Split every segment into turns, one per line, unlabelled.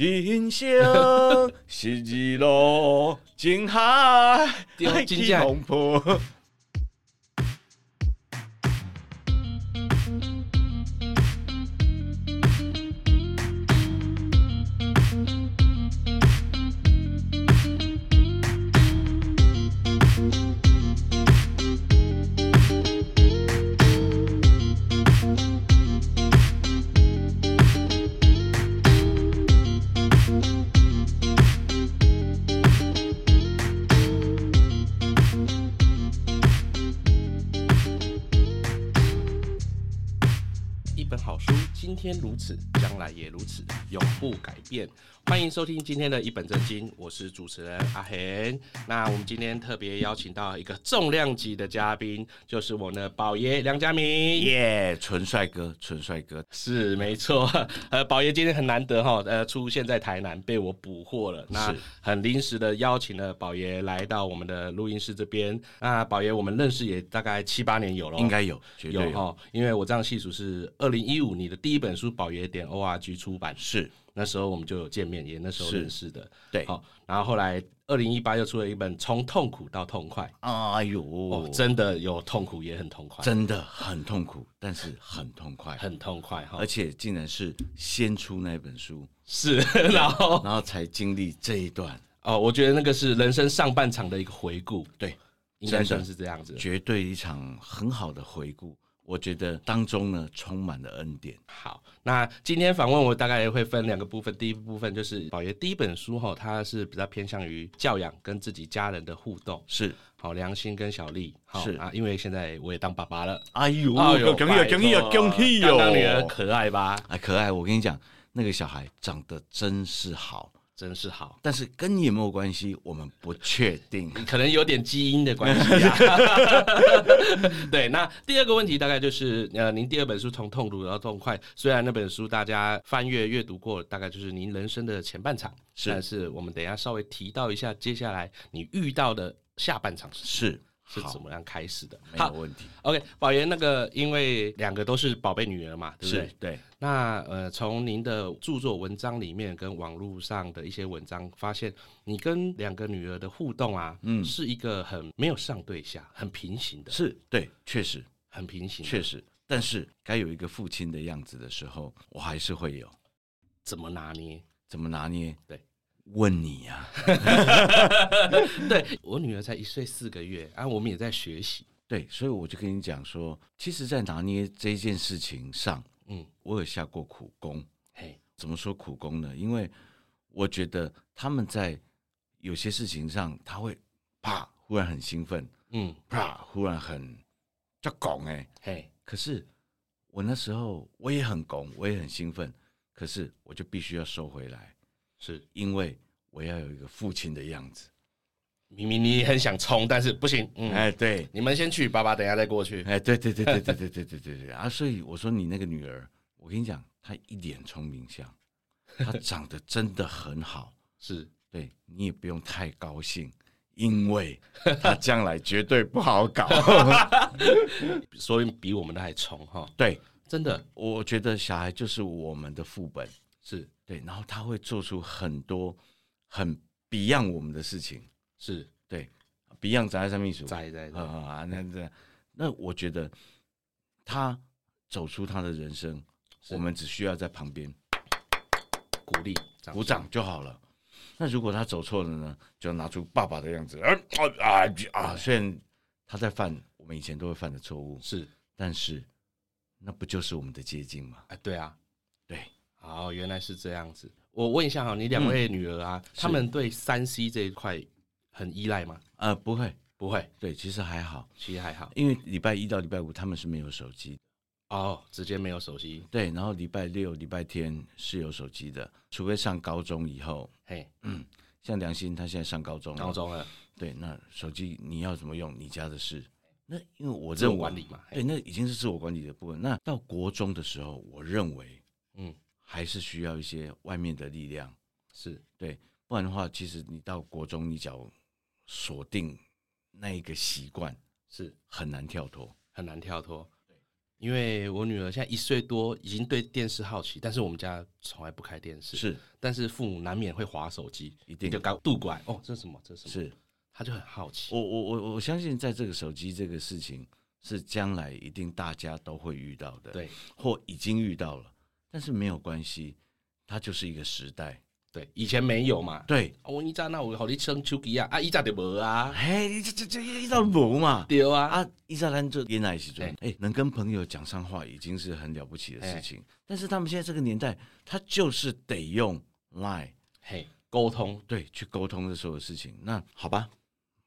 人生是一路真海，
对
爱
真
去
正
冲 破。
一本好书，今天如此，将来也如此，永不改变。欢迎收听今天的一本正经，我是主持人阿恒。那我们今天特别邀请到一个重量级的嘉宾，就是我们的宝爷梁家明。
耶，纯帅哥，纯帅哥，
是没错，呃，宝爷今天很难得哈，呃，出现在台南被我捕获了，那
是
很临时的邀请了宝爷来到我们的录音室这边。那宝爷我们认识也大概七八年有了，
应该有，绝
哦有哦
对哦有。
哈，因为我这样细数是二零一五你的第一本书《宝爷点 org》出版，
是
那时候我们就有见面，也那时候
是
认识的。
对
好，然后后来二零一八又出了一本《从痛苦到痛快》，
哎
哦
呦，，
真的有痛苦，也很痛快，
真的很痛苦，但是很痛快，
很痛快哈
而，且竟然是先出那本书，
是，然后
然后才经历这一段，
哦，我觉得那个是人生上半场的一个回顾，
对，
应该
真的
算是这样子。
绝对一场很好的回顾。我觉得当中呢，充满了恩典。
好，那今天访问我大概会分两个部分，第一部分就是宝爷第一本书哈，它是比较偏向于教养跟自己家人的互动，
是，
好，良心跟小丽，好
是
啊，因为现在我也当爸爸了，
哎呦
哎呦
恭喜恭喜恭喜哦
拜托刚刚女儿
哟！
可爱吧，
啊，可爱，我跟你讲，那个小孩长得真是好，
真是好。
但是跟你有没有关系，我们不确 定。
可能有点基因的关系啊。对，那第二个问题大概就是，呃，您第二本书《从痛苦到痛快》，虽然那本书大家翻阅阅读过，大概就是您人生的前半场，
是
但是我们等一下稍微提到一下，接下来你遇到的下半场是
是，
是怎
好，
么样开始的？
没有
好
问题。
，OK，宝爷那个，因为两个都是宝贝女儿嘛，对不
是
对？
对，
那呃，从您的著作文章里面跟网络上的一些文章，发现你跟两个女儿的互动啊，嗯，是一个很没有上对下，很平行的，
是对，确实
很平行的。
确实，但是该有一个父亲的样子的时候，我还是会有。
怎么拿捏？
怎么拿捏？
对，
问你啊呀、
对我女儿才一岁四个月啊，我们也在学习。
对，所以我就跟你讲说，其实，在拿捏这件事情上，
嗯，
我有下过苦功。
嘿，
怎么说苦功呢？因为我觉得他们在有些事情上，他会啪忽然很兴奋，
嗯，
啪忽然很就拱哎。
嘿，
可是我那时候我也很拱，我也很兴奋，可是我就必须要收回来，
是，
因为我要有一个父亲的样子。
明明你也很想冲，但是不行。嗯，
哎，对，
你们先去，爸爸等一下再过去。
哎，对对对对对对对对对对啊！所以我说你那个女儿，我跟你讲，她一脸聪明相，她长得真的很好。
是，
对你也不用太高兴，因为她将来绝对不好搞。
所以比我们的还冲哈，
对，
真的
我觉得小孩就是我们的副本，
是
对，然后他会做出很多很 beyond 我们的事情，
是，
对，beyond 杂三秘书，
在在
啊
在，
啊，那那那我觉得他走出他的人生，
是
我们只需要在旁边
鼓励，掌声
鼓掌就好了。那如果他走错了呢，就拿出爸爸的样子，啊啊啊啊！虽然他在犯我们以前都会犯的错误，
是，
但是那不就是我们的接近吗？
哎，对啊，
对，嗯
哦，原来是这样子。我问一下哈，你两位女儿啊，她们对三 C 这一块很依赖吗？
呃，不会，
不会，
对，其实还好，
其实还好。
因为礼拜一到礼拜五他们是没有手机的
哦，直接没有手机，
对，然后礼拜六、礼拜天是有手机的，除非上高中以后，
嘿，
像梁鑫他现在上高中了，
高中了，
对，那手机你要怎么用，你家的事。那因为我
自
认
我
为
管理嘛。
对，
嘿，
哎那已经是自我管理的部分。那到国中的时候，我认为
嗯，
还是需要一些外面的力量，
是
不然的话，其实你到国中，你只要锁定那一个习惯，
是，
很难跳脱。
很难跳脱。因为我女儿现在一岁多，已经对电视好奇，但是我们家从来不开电视，
是
但是父母难免会划手机，
一定
就搞度过来，哦，这是什么？这是什么？
是，
他就很好奇，
我我我我相信，在这个手机这个事情是将来一定大家都会遇到的，，
对
或已经遇到了，但是没有关系，它就是一个时代，
对，以前没有嘛，
对，
哦，我以前那我好你生手机啊，啊，以前就无啊，
嘿，你这这这一到无嘛。
对啊，
啊，伊莎兰做恋爱时阵，哎、能跟朋友讲上话已经是很了不起的事情。但是他们现在这个年代，他就是得用 Line
嘿，沟通，
对去沟通这所有事情。那好吧，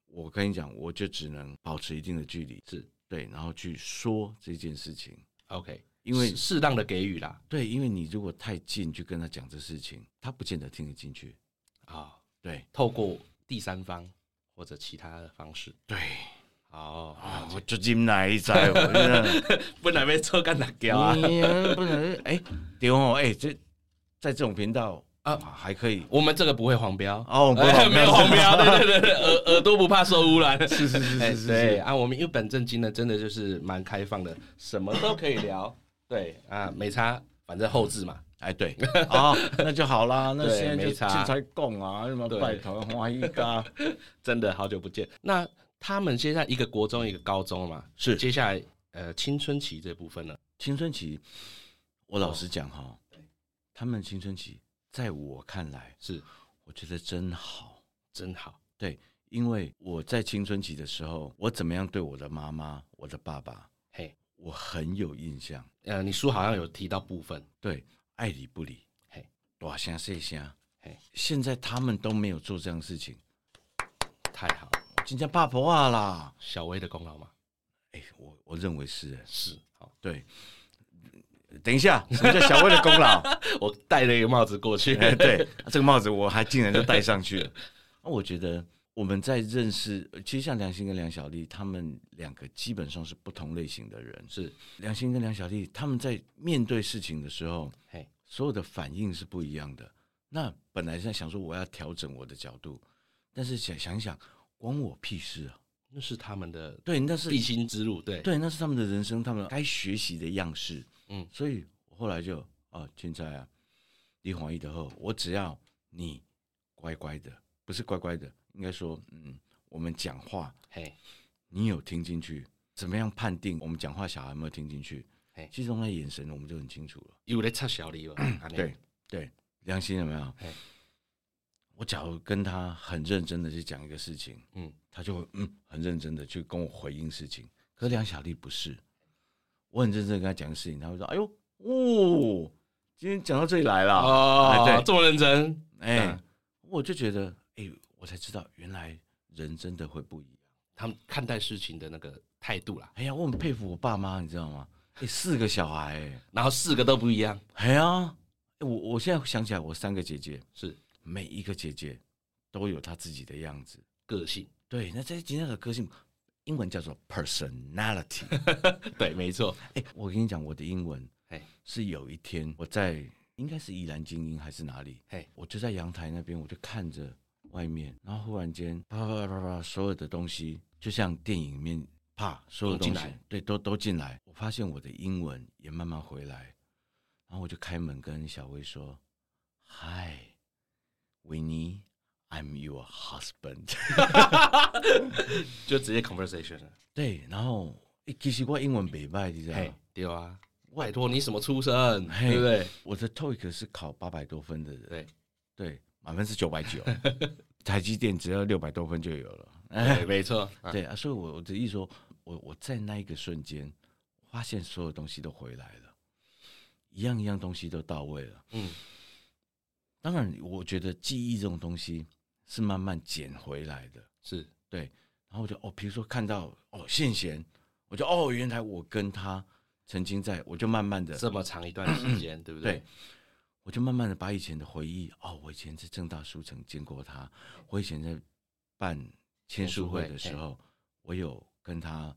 我跟你讲，我就只能保持一定的距离，
是
对，然后去说这件事情，
OK，
因为
适适当的给予啦，
对，因为你如果太近去跟他讲这事情，他不见得听得进去。
啊、
对
透过第三方或者其他的方式，
对
哦，
啊，我最近哪一在？我真 的
不然被抽干哪掉啊？
你不能哎，对哦，哎，这在这种频道啊
啊
还可以
我们这个不会黄标，
哦，我们不
哎
好
没有黄标，对对对对，耳耳朵不怕受污染。
是是是
哎
是是
对
是，
啊，我们一本正经的，真的就是蛮开放的，什么都可以聊。对啊，没差，反正后置嘛。
哎对，哦，那就好啦， 那
对
现在就
没差
现在供啊，什么
对
拜头花一嘎，
真的好久不见。那他们现在一个国中，一个高中嘛，
是
接下来呃青春期这部分呢，
青春期，我老实讲哈，他们青春期在我看来，
是
我觉得真好。
真好，
对，因为我在青春期的时候，我怎么样对我的妈妈、我的爸爸，
嘿，
我很有印象。
呃，你书好像有提到部分，
对，爱理不理，
嘿，
大声细声，
嘿，
现在他们都没有做这样的事情，
太好，
今天爸婆啊啦，
小薇的功劳嘛，
哎，我我认为是，哎
是好，
对。等一下，什么叫小薇的功劳？
我戴了一个帽子过去，
哎， 对，这个帽子我还竟然就戴上去了。 那我觉得我们在认识，其实像梁心跟梁小丽，他们两个基本上是不同类型的人。
是，
梁心跟梁小丽他们在面对事情的时候，
嘿，
所有的反应是不一样的。那本来是在想说我要调整我的角度，但是想想一想，关我屁事啊！
那是他们的
对，那是
必经之路，对，
对，那是他们的人生，他们该学习的样式。
嗯
所以我后来就啊，现在啊，李黄一的后，我只要你乖乖的，不是乖乖的，应该说，嗯，我们讲话
嘿，
你有听进去，怎么样判定我们讲话小孩有没有听进去
嘿？
其实从他眼神我们就很清楚了。
有在插小李 吧，这样
对对，良心有没有
嘿？
我假如跟他很认真的去讲一个事情，
嗯，
他就会嗯很认真的去跟我回应事情。可是梁小丽不是，我很认真地跟他讲事情，他会说：“哎呦，哦，今天讲到这里来了。哎
哦
对，
这么认真，
哎、
嗯
我就觉得，哎、我才知道原来人真的会不一样。
他们看待事情的那个态度啦，
哎呀，我很佩服我爸妈，你知道吗？哎、四个小孩、哎
然后四个都不一样，
哎呀，哎我我现在想起来，我三个姐姐，
是
每一个姐姐都有她自己的样子。
个性，
对，那这今天的个性，英文叫做 personality。
对，没错，
哎、我跟你讲，我的英文
嘿，
是有一天我在应该是宜兰精英还是哪里，
嘿，
我就在阳台那边，我就看着外面，然后忽然间啪啪啪啪啪，所有的东西就像电影里面啪，所有的东
都
西
进来
对都都进来。我发现我的英文也慢慢回来，然后我就开门跟小薇说：“Hi，维尼，I'm your husband。”
就直接 conversation 了，
对，然后、欸、其实我英文北拜，你知道
嘿
吗？，
对啊，拜托你什么出身，
嘿
对不对？
我的 TOEIC 是考八百多分的人，
对
对，满分是九百九， 台积电只要六百多分就有了。
对，没错，啊
对啊，所以我我的意思说，我我在那一个瞬间，发现所有东西都回来了，一样一样东西都到位了。
嗯，
当然，我觉得记忆这种东西是慢慢捡回来的。
是
然后我就哦，比如说看到哦献贤，我就哦，原来我跟他曾经在，我就慢慢的
这么长一段时间， 对不对
对？我就慢慢的把以前的回忆，哦，我以前在正大书城见过他，我以前在办签书会的时候，我有跟他，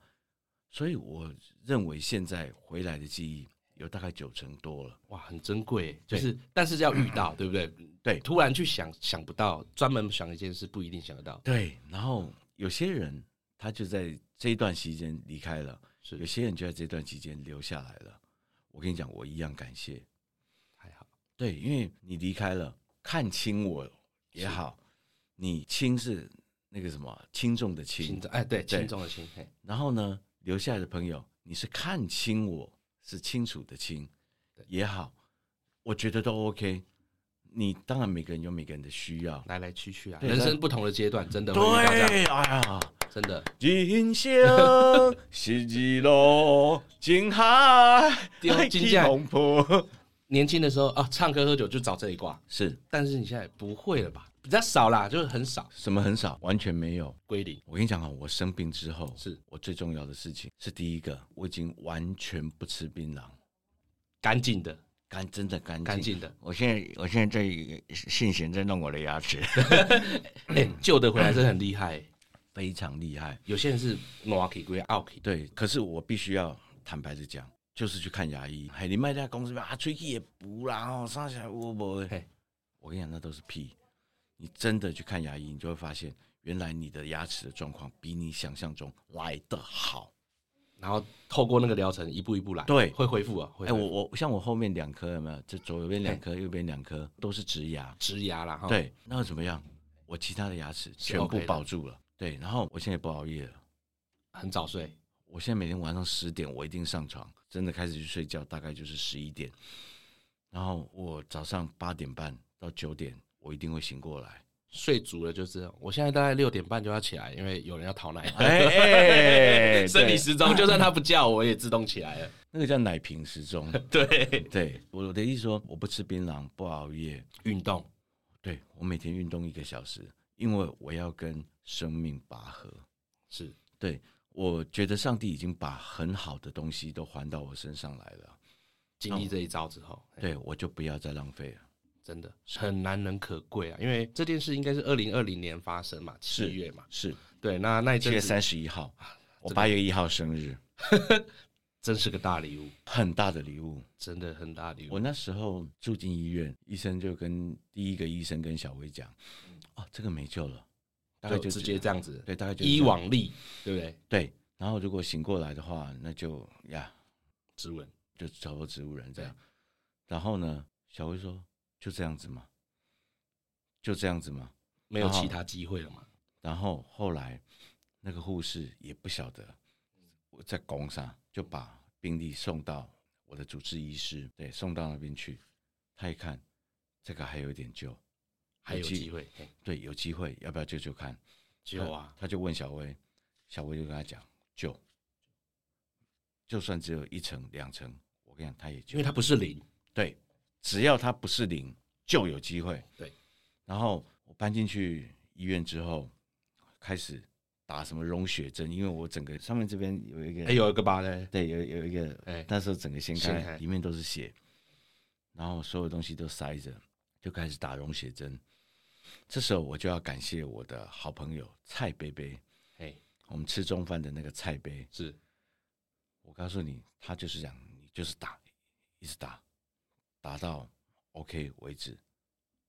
所以我认为现在回来的记忆有大概九成多了。
哇，很珍贵，欸就是但是要遇到，对不对？
对
突然去想想不到，专门想一件事不一定想得到，
对，然后有些人他就在这一段时间离开了，
是
有些人就在这段期间留下来了。我跟你讲，我一样感谢。
还好，
对，因为你离开了，看清我也好，你轻是那个什么轻重的轻
轻，重哎，对，
对
轻重的轻，嘿，
然后呢，留下来的朋友，你是看清我是清楚的清
对
也好，我觉得都 OK。你当然每个人有每个人的需要，
来来去去啊，
对
人
但
生不同的阶段，真的会遇到这样，
对，哎呀，
真的
人生是一路情 哎海，
对
爱
真
去
正
冲破
年轻的时候啊，唱歌喝酒就找这一卦，
是
但是你现在不会了吧？比较少啦，就是很少
什么很少，完全没有。
归零，
我跟你讲啊，我生病之后，
是
我最重要的事情是第一个，我已经完全不吃槟榔，
干净的，
干真的干净。
干净的，
我现在我现在在信贤在弄我的牙齿，
哎，旧的回来真的很厉害欸，
非常厉害。
有些人是 n o k i 归 o k
对，可是我必须要坦白的讲，就是去看牙医。海林麦家公司啊，吹气也不啦哦，上起来我我
嘿。
我跟你讲，那都是屁。你真的去看牙医，你就会发现，原来你的牙齿的状况比你想象中来得好。
然后透过那个疗程一步一步来，
对
会恢复啊，会
哎、
恢复
我我像我后面两颗有没有？这左边两颗，
嗯
右边两颗都是植牙。
植牙啦，哈，，
对，那又怎么样？我其他的牙齿
是
全部
OK 的
保住了。对，然后我现在也不熬夜了。
很早睡，
我现在每天晚上十点我一定上床，真的开始去睡觉，大概就是十一点。然后我早上八点半到九点，我一定会醒过来。
睡足了就是，我现在大概六点半就要起来，因为有人要讨奶，
哎 哎
生理
对
时钟，就算他不叫我也自动起来了，
那个叫奶瓶时 钟。
对，
对，我的意思说，我不吃槟榔，不熬夜，
运动
对我每天运动一个小时，因为我要跟生命拔河。
是
对我觉得上帝已经把很好的东西都还到我身上来了，
经
哦
历这一招之后，哎
对我就不要再浪费了。
真的很难能可贵啊，因为这件事应该是二零二零年发生嘛，七
是
月嘛，
是啊
对，那那一
七
阵
月
子
三十一号，我八月一号生日。
真是个大礼物，
很大的礼物。
真的很大礼物
我，那时候住进医院，医生就跟第一个医生跟小薇讲：“哦，这个没救了，大概
嗯就
就
直接这样子，
对，大概就
以往例，对不对？
对。然后如果醒过来的话，那就呀，
指纹
就找个植物人这样。然后呢，小薇说：就这样子嘛，就这样子嘛。
没有
然后
其他机会了嘛，
然后后来那个护士也不晓得我在拱上，就把病历送到我的主治医师，对，送到那边去。他一看，这个还有一点救，
还有
有机
机会，嘿
对，有机会要不要救救看？
救啊！
他就问小薇，小薇就跟他讲救，就算只有一层两层，我跟你讲他也
因
救
为。它不是零，
对，只要他不是零，就有机会。
对，
然后我搬进去医院之后，开始打什么溶血针，因为我整个上面这边有一个，
哎，有一个疤嘞，
对，有有一个，
哎
那时候整个掀
掀
开
开，
里面都是血，然后所有东西都塞着，就开始打溶血针。这时候我就要感谢我的好朋友蔡贝贝，
哎，
我们吃中饭的那个蔡贝，
是
我告诉你，他就是这样，你就是打，一直打，打到 OK 为止，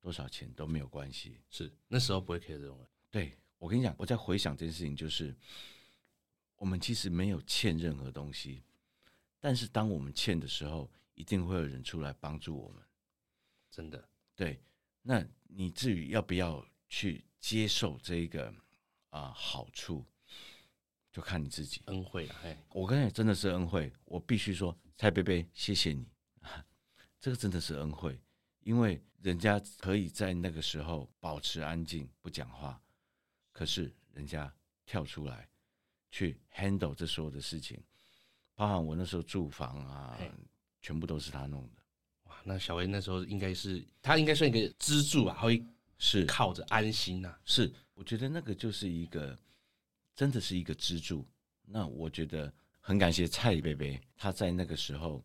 多少钱都没有关系。
是，那时候不会 care 这种人，
对我跟你讲，我在回想这件事情，就是我们其实没有欠任何东西，但是当我们欠的时候，一定会有人出来帮助我们。
真的
对，那你至于要不要去接受这一个啊、好处，就看你自己。
恩惠啊，哎，
我跟你讲真的是恩惠，我必须说，蔡贝贝，谢谢你， 这个真的是恩惠，因为人家可以在那个时候保持安静不讲话，可是人家跳出来去 handle 这所有的事情，包含我那时候住房啊
嘿，
全部都是他弄的，
哇，那小薇那时候应该是她应该算一个支柱啊，她会
是
靠着安心呐，
是，我觉得那个就是一个，真的是一个支柱。那我觉得很感谢蔡贝贝，他在那个时候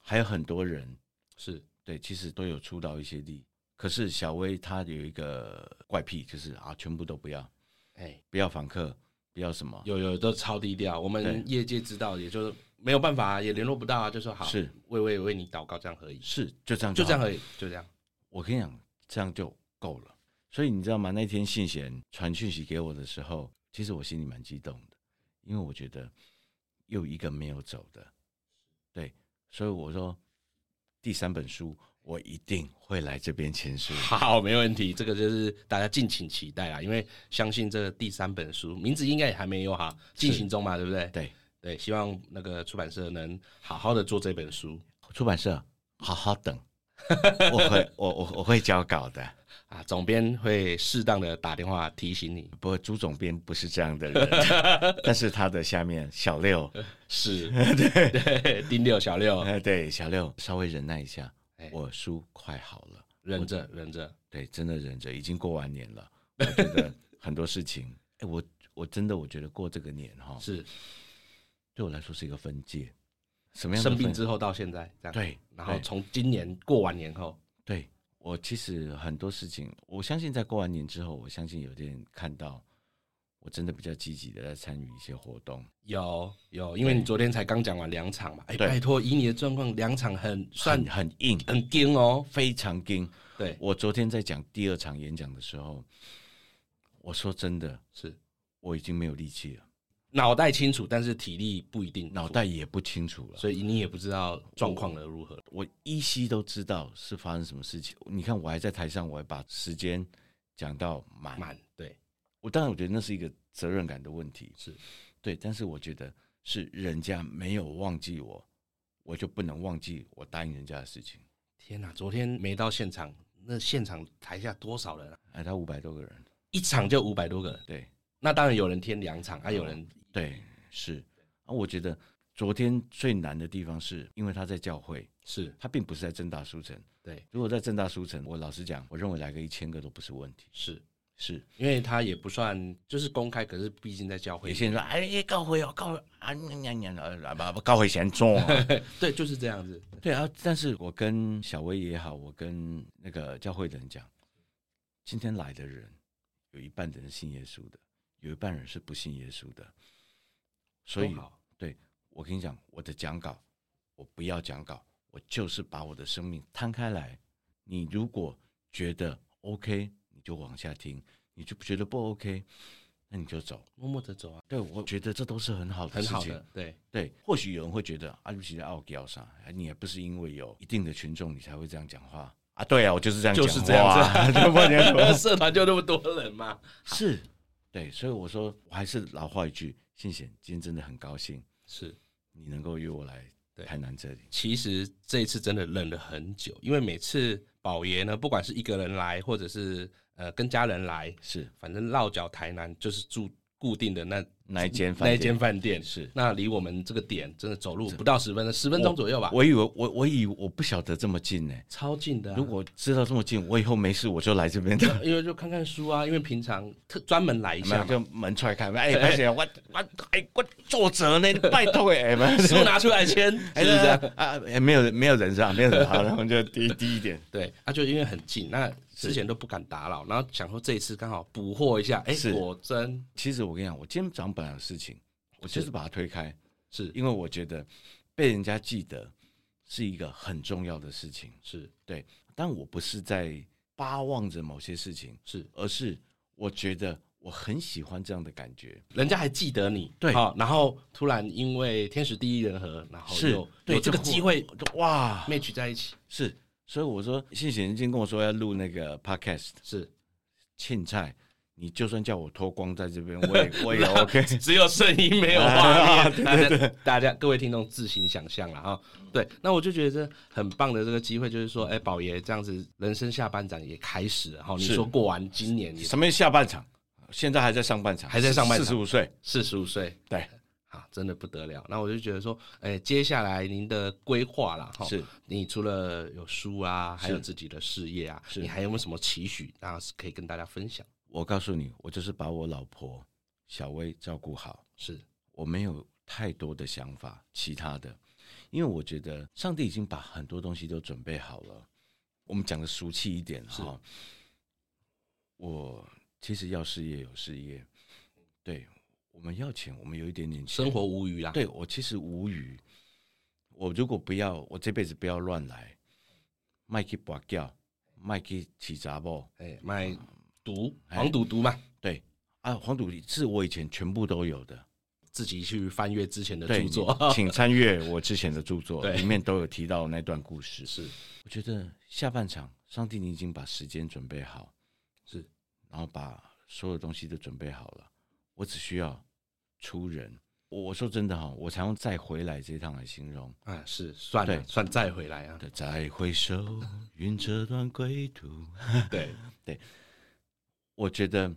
还有很多人。
是
对，其实都有出到一些力。可是小薇她有一个怪癖，就是啊，全部都不要，
哎，
不要访客，不要什么，
有有都超低调，我们
对
业界知道，也就是没有办法啊，也联络不到啊，就说好，
是
为为为你祷告，这样可以，
是就这样
就这样
好
可以，就这样，
我跟你讲，这样就够了。所以你知道吗？那天信贤传讯息给我的时候，其实我心里蛮激动的，因为我觉得又一个没有走的，对，所以我说第三本书我一定会来这边签署。
好，没问题，这个就是大家敬请期待啦，啊因为相信这个第三本书名字应该也还没有哈，进行中嘛，对不对？
对，
对，希望那个出版社能好好的做这本书
出版社好好 等，我会我我我会交稿的。
啊，总编会适当的打电话提醒你。
不过朱总编不是这样的 人，但是他的下面小六，
是，对对，丁六小六，
呃，对小六稍微忍耐一下
哎，
我书快好了，
忍着忍着，
对，真的忍着，已经过完年了，我觉得 很多事情，哎，我我真的我觉得过这个年哈，
是
对我来说是一个分界，什么样的
生
分
病之后到现在这样，，
对，
然后
对
从今年过完年后，
对我其实很多事情，我相信在过完年之后，我相信有点看到，我真的比较积极的在参与一些活动，
有有，因为你昨天才刚讲完两场嘛，哎、
对
拜托，以你的状况，两场很算
很很硬，
很硬哦。
非常硬。
对，
我昨天在讲第二场演讲的时候，我说真的，
是
我已经没有力气了，
脑袋清楚，但是体力不一定，
脑，袋也不清楚了，
所以你也不知道状况的如何。
我依稀都知道是发生什么事情。你看，我还在台上，我还把时间讲到满。
满对，
我当然我觉得那是一个责任感的问题，
是
对，但是我觉得是人家没有忘记我，我就不能忘记我答应人家的事情。
天哪、昨天没到现场，那现场台下多少人、啊？
哎，他五百多个人，
一场就五百多个人，
对
那当然有人添两场，啊，有人
对是啊，我觉得昨天最难的地方是因为他在教会，
是
他并不是在正大书城。
对，
如果在正大书城，我老实讲，我认为来个一千个都不是问题。
是
是
因为他也不算就是公开，可是毕竟在教
有
会，
些人说，哎，告回哦，告回啊，呀呀呀，啊不不，告回嫌重啊。
对，就是这样子，
对啊，但是我跟小薇也好，我跟那个教会的人讲，今天来的人有一半的人信耶稣的，有一半人是不信耶稣的，所以
多好
我跟你讲，我的讲稿，我不要讲稿，我就是把我的生命摊开来。你如果觉得 OK，你就往下听；你就觉得不 OK，那你就走。
默默的走啊，
对，我觉得这都是很好的
很
事情。
好的，对，
对，或许有人会觉得啊，你其实傲娇啥，啊你也不是因为有一定的群众你才会这样讲话啊。对啊，我就是这样讲
就
话、
是这样
啊，就不然怎么
社团就那么多人嘛。
是，对，所以我说我还是老话一句，信贤，今天真的很高兴
是，
你能够约我来
对
台南这里。
其实这一次真的忍了很久，因为每次宝爷呢，不管是一个人来，或者是呃跟家人来，
是
反正落脚台南就是住固定的那
哪一间饭
那
店？
一间饭店。
是。
那离我们这个点真的走路不到十分钟，十分钟左右吧，
我以为我我以为我不晓得这么近呢、
超近的啊、
如果知道这么近，我以后没事我就来这 边的，
因为就看看书啊，因为平常特专门来一
没
下
有
嘛，
就门踹 开，哎，而且我我哎我作者呢，拜托哎，不 是
书拿出来签，是不
哎，
是这样？
啊？哎，没有人，没有人是吧？没有人，好，然后就 低低一点。
对，啊，就因为很近，那之前都不敢打扰，然后想说这一次刚好捕获一下，哎、
是
果真
其实我跟你讲，我今天早上本来有事情，我就是把它推开，
是
因为我觉得被人家记得是一个很重要的事情。
是
但我不是在巴望着某些事情，
是，
而是我觉得我很喜欢这样的感觉。
人家还记得你，
对
好、然后突然因为天时地利人和，然后
是
又
对
有这个
就
机会
哇，
match 在 一起，
是，所以我说，谢谢人今天跟我说要录那个 podcast
是
庆菜，你就算叫我脱光在这 边，我也我也 OK。
只有声音没有画 面，大家大家各位听众自行想象了哈。对，那我就觉得这很棒的这个机会，就是说，哎、宝爷这样子，人生下半场也开始了哈。你
是
说过完今年也
什么下半场？现在还在上半场，
还在上半场
四十五岁，
四十五岁，
对，
啊，真的不得了。那我就觉得说，哎、接下来您的规划啦，哈，
是
你除了有书啊，还有
是
自己的事业啊，
是
你还有没有什么期许？那是可以跟大家分享。
我告诉你，我就是把我老婆小薇照顾好，
是
我没有太多的想法，其他的，因为我觉得上帝已经把很多东西都准备好了。我们讲的俗气一点
是
哈，我其实要事业有事业，对，我们要钱，我们有一点点钱
生，活无余啦，，
对我其实无语。我如果不要，我这辈子不要乱来，卖去跋掉，卖去起杂包，
哎、买毒
哎
黄赌毒嘛，
对啊，黄赌是我以前全部都有的，
自己去翻阅之前的
对
著作。
你请参阅我之前的著作，
对
里面都有提到那段故事。
是
我觉得下半场，上帝你已经把时间准备好，
是，
然后把所有东西都准备好了，我只需要出人。我我说真的哈、我常用“再回来”这一趟来形容。
啊，是算了，
对
算再回来啊。
的再回首，云这段归途。
对，
我觉得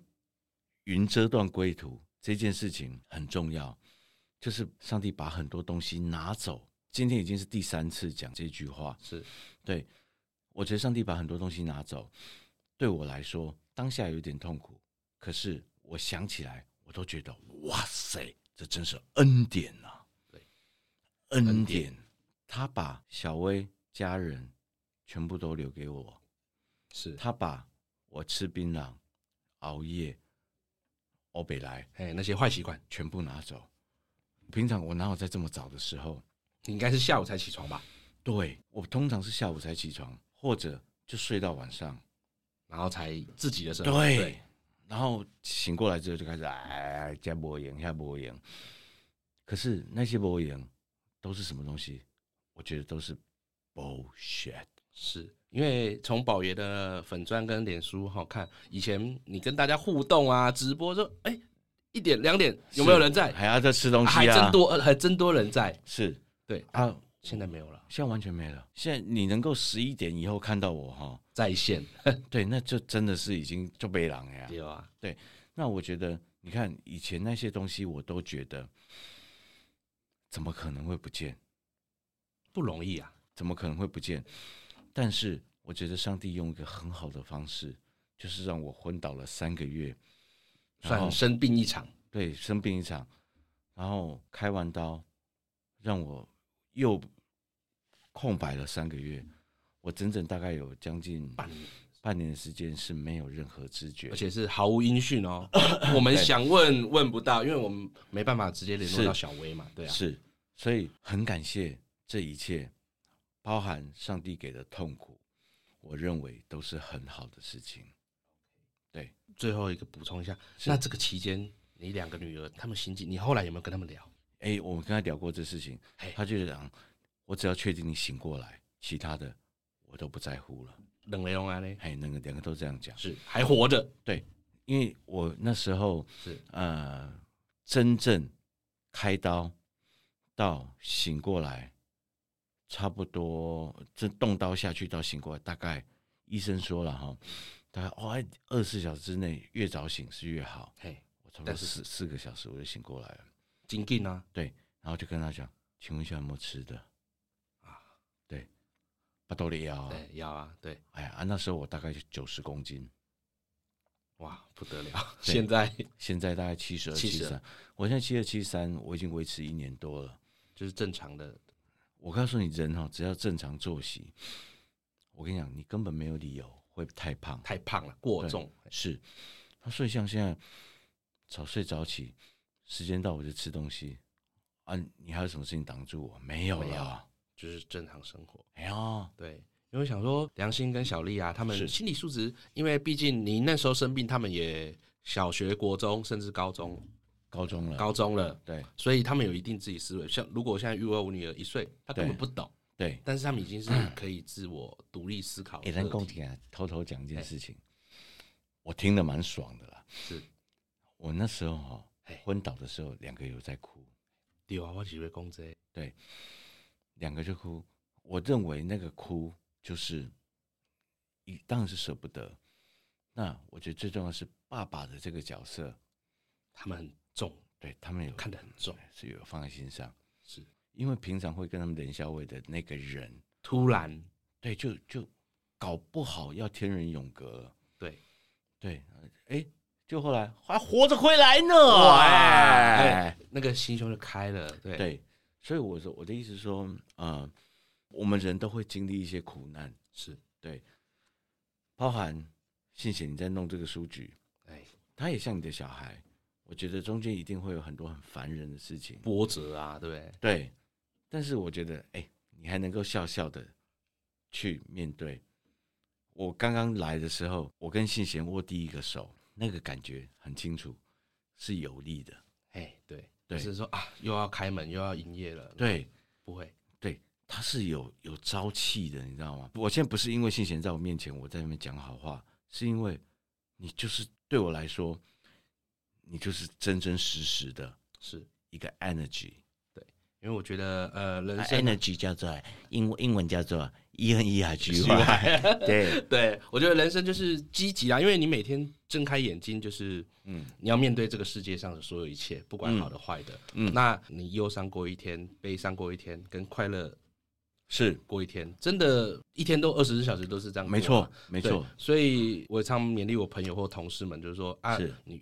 云遮断归途这件事情很重要，就是上帝把很多东西拿走。今天已经是第三次讲这句话，
是
对我觉得上帝把很多东西拿走，对我来说当下有点痛苦，可是我想起来，我都觉得哇塞，这真是恩典呐、啊！
对，
恩
恩
典，他把小薇家人全部都留给我，
是，
他把我吃槟榔、熬夜、欧北来
哎，那些坏习惯，
全部拿走。平常我哪有在这么早的时候？
你应该是下午才起床吧，
对我通常是下午才起床，或者就睡到晚上。
然后才自己的生活。
对，然后醒过来之后就开始哎，加博赢，加博赢。可是那些博赢都是什么东西？我觉得都是 bullshit。
是因为从宝爷的粉砖跟脸书好看，以前你跟大家互动啊，直播说，哎、一点两点有没有人在？
还要在吃东西啊？
哎还真多，呃还真多人在。
是
对，
啊，
现在没有了，
现在完全没了。现在你能够十一点以后看到我哈，
在线
对，那就真的是已经就被狼了呀。
有啊，
那我觉得，你看以前那些东西，我都觉得怎么可能会不见？
不容易啊。
怎么可能会不见？但是我觉得上帝用一个很好的方式，就是让我昏倒了三个月，然后
算生病一场，
对生病一场，然后开完刀，让我又空白了三个月。我整整大概有将近
半年
半年的时间是没有任何知觉
而，且是毫无音讯 哦。我们想问问不到，因为我们没办法直接联络
是
到小薇嘛，对啊，
是，所以很感谢这一切，包含上帝给的痛苦，我认为都是很好的事情。
最后一个补充一下，
是
那这个期间你两个女儿她们心境，你后来有没有跟她们聊？
哎、我跟他聊过这事情
嘿，
他就讲，我只要确定你醒过来，其他的我都不在乎了。
冷雷龙啊嘞，
哎，那个两个都这样讲，
是还活着，
因为我那时候
是
呃，真正开刀到醒过来，差不多这动刀下去到醒过来，大概医生说了哈，大概哦，二十四小时之内越早醒是越好。
嘿，
我差不多
但是
四四个小时我就醒过来了，
精进啊，
然后就跟他讲，请问一下有没有吃的啊
啊？
对，巴豆里啊，
对，要啊，对，
哎呀、啊，那时候我大概九十公斤，
哇，不得了！ 现在
现在大概七十二、七
72
三，我现在七二、七三，我已经维持一年多了。
就是正常的，
我告诉你，人哈、只要正常作息，我跟你讲，你根本没有理由会太胖。
太胖了，过重，
是，那所以像现在早睡早起，时间到我就吃东西啊，你还有什么事情挡住我？没有
没有
了。
就是正常生活。
哎呀，
对，因为想说梁心跟小丽啊，他们
是
心理素质，因为毕竟你那时候生病，他们也小学、国中甚至高中、
高中了，
高中了，
对
所以他们有一定自己思维。像如果我现在育儿我女儿一岁，她根本
对
不懂，
对。
但是他们已经是可以自我独立思考
哎、
的
咱
个
共
体。
姐啊，偷偷讲一件事情，我听得蛮爽的啦。
是
我那时候哈、
哎
昏倒的时候，两个有在哭，
对啊，我只会讲这个
两个就哭。我认为那个哭就是，一当然是舍不得。那我觉得最重要是爸爸的这个角色，
他们很重，
对他们有
看得很重，
是有放在心上，
是
因为平常会跟他们联销会的那个人，
突然
对，就就搞不好要天人永隔了。
对。
对，哎，就后来还活着回来呢，
哇
哎，
那个心胸就开了，对
对，所以我说我的意思是说，呃，我们人都会经历一些苦难，
是，
包含谢谢你在弄这个书局，
哎，
他也像你的小孩，我觉得中间一定会有很多很烦人的事情，
波折啊，对不对？
对，但是我觉得，哎、你还能够笑笑的去面对。我刚刚来的时候，我跟信贤握第一个手，那个感觉很清楚，是有力的。
哎，对，
对
就是说啊，又要开门又要营业了，，
对
不会，
对，他是有有朝气的，你知道吗？我现在不是因为信贤在我面前我在那边讲好话，是因为你就是对我来说，你就是真真实实的
是
一个 energy。
因为我觉得呃，人
啊
生
energy 叫做英英文叫做 E N E 还 G Y，对，
对，我觉得人生就是积极啊，因为你每天睁开眼睛，就是嗯
嗯，
你要面对这个世界上的所有一切，不管好的坏的。嗯，
嗯
那你忧伤过一天，悲伤过一天，跟快乐
是
过一天，真的，一天都二十四小时都是这样过啊。
没错，没
对
错，。
所以我常勉励我朋友或同事们，就是说啊
是，
你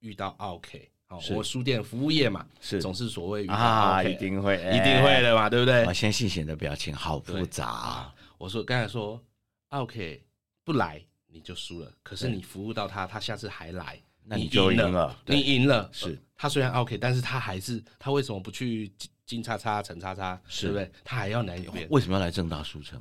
遇到 OK，好、
是
我书店服务业嘛，
是
总是所谓遇到 OK，、
啊，一定哎会，
一定会
的。
的嘛，对不对
我？先信贤的表情好复杂啊，
我说刚才说啊 OK 不来你就输了，可是你服务到他，他下次还来，
那你就赢
了，
了
你
对
赢了。
是
呃他虽然 OK，但是他还是他为什么不去金金叉叉、陈叉叉，
是
对不对？他还要来一遍，
为什么要来正大书城？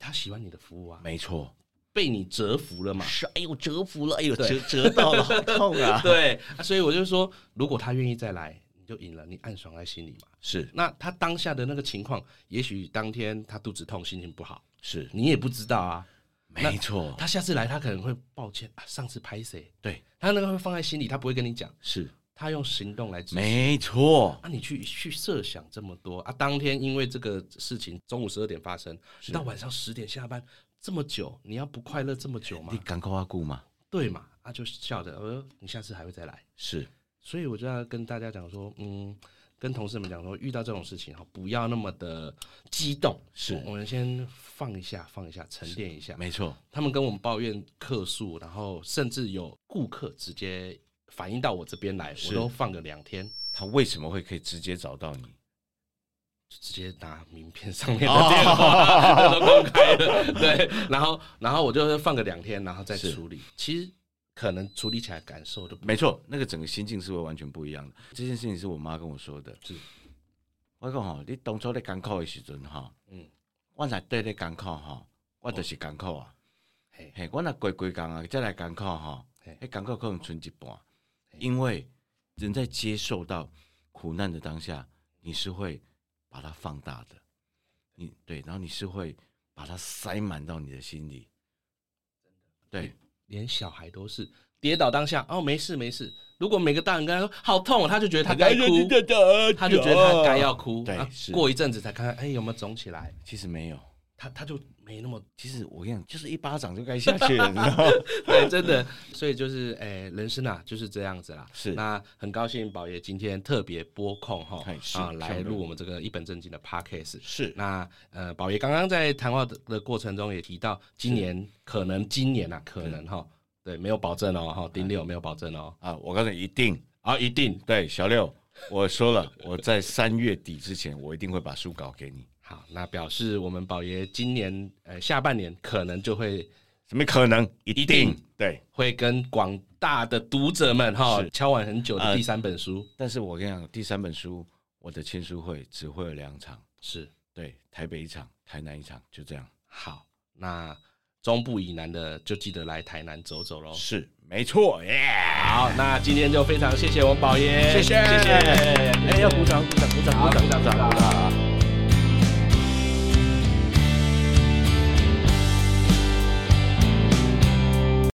他喜欢你的服务啊，
没错，
被你折服了嘛。
是，哎呦，折服了，哎呦，折
对
折到了，好痛啊！
对，啊所以我就说，如果他愿意再来，你就赢了，你暗爽在心里嘛。
是
那他当下的那个情况，也许当天他肚子痛，心情不好，
是，
你也不知道啊。
没错，
他下次来，他可能会抱歉啊，上次拍谁？
对，
他那个会放在心里，他不会跟你讲，
是
他用行动来指示。
没错，
啊，你去去设想这么多啊！当天因为这个事情，中午十二点发生，到晚上十点下班，这么久，你要不快乐这么久吗
你？赶快挖顾嘛，
对嘛？啊，就笑着，呃，你下次还会再来。
是
所以我就要跟大家讲说，嗯，跟同事们讲说，遇到这种事情哈，不要那么的激动，
是
我们先放一下，放一下，沉淀一下。
没错，
他们跟我们抱怨客诉，然后甚至有顾客直接反映到我这边来，我
是
都放个两天，
他为什么会可以直接找到你？
就直接拿名片上面的
哦
电话、 都公开了，对，然后然后我就放个两天，然后再
是
处理。其实可能处理起来感受都不
没错，那个整个心境是会完全不一样的。这件事情是我妈跟我说的，
是
我讲吼，你当初咧艰苦的时阵吼，
嗯
嗯，我若对咧艰苦吼，我就是艰苦啊。
嘿
嘿，我若过过工啊，再来艰苦吼
嘿，
迄艰苦可能剩一半，因为人在接受到苦难的当下，你是会把它放大的，你对，然后你是会把它塞满到你的心里。对，
连小孩都是跌倒当下哦，没事没事。如果每个大人跟他说好痛哦，他就觉得他该哭，他就觉得他该要哭。
对
啊
是
过一阵子才看看，哎，有没有肿起来？
其实没有，
他他就没那么
其实我跟你讲，就是一巴掌就该下去了，你知道吗？
对，真的。所以就是，哎、人生啊就是这样子啦。
是
那很高兴宝爷今天特别拨空哈
嗨哎是
啊
相
来
当
录我们这个一本正经的 podcast。
是
那呃，宝爷刚刚在谈话的的过程中也提到，今年可能今年啊，可能哈，对，没有保证哦，哈，丁六没有保证哦，
啊，我告诉你，一定
啊，一定
对，小六，我说了，我在三月底之前，我一定会把书稿给你。
好，那表示我们宝爷今年呃下半年可能就会
怎么可能？
一
一
定
对。
会跟广大的读者们哈
是
敲碗很久的
呃
第三本书、
但是我跟你讲，第三本书我的签书会只会有两场，
是
对，台北一场，台南一场，就这样。
好，那中部以南的就记得来台南走走喽。
是，没错，耶、
好，那今天就非常谢谢我们宝爷，
谢谢
谢谢，
哎，要鼓掌，鼓掌，鼓掌，鼓掌，鼓掌，鼓掌。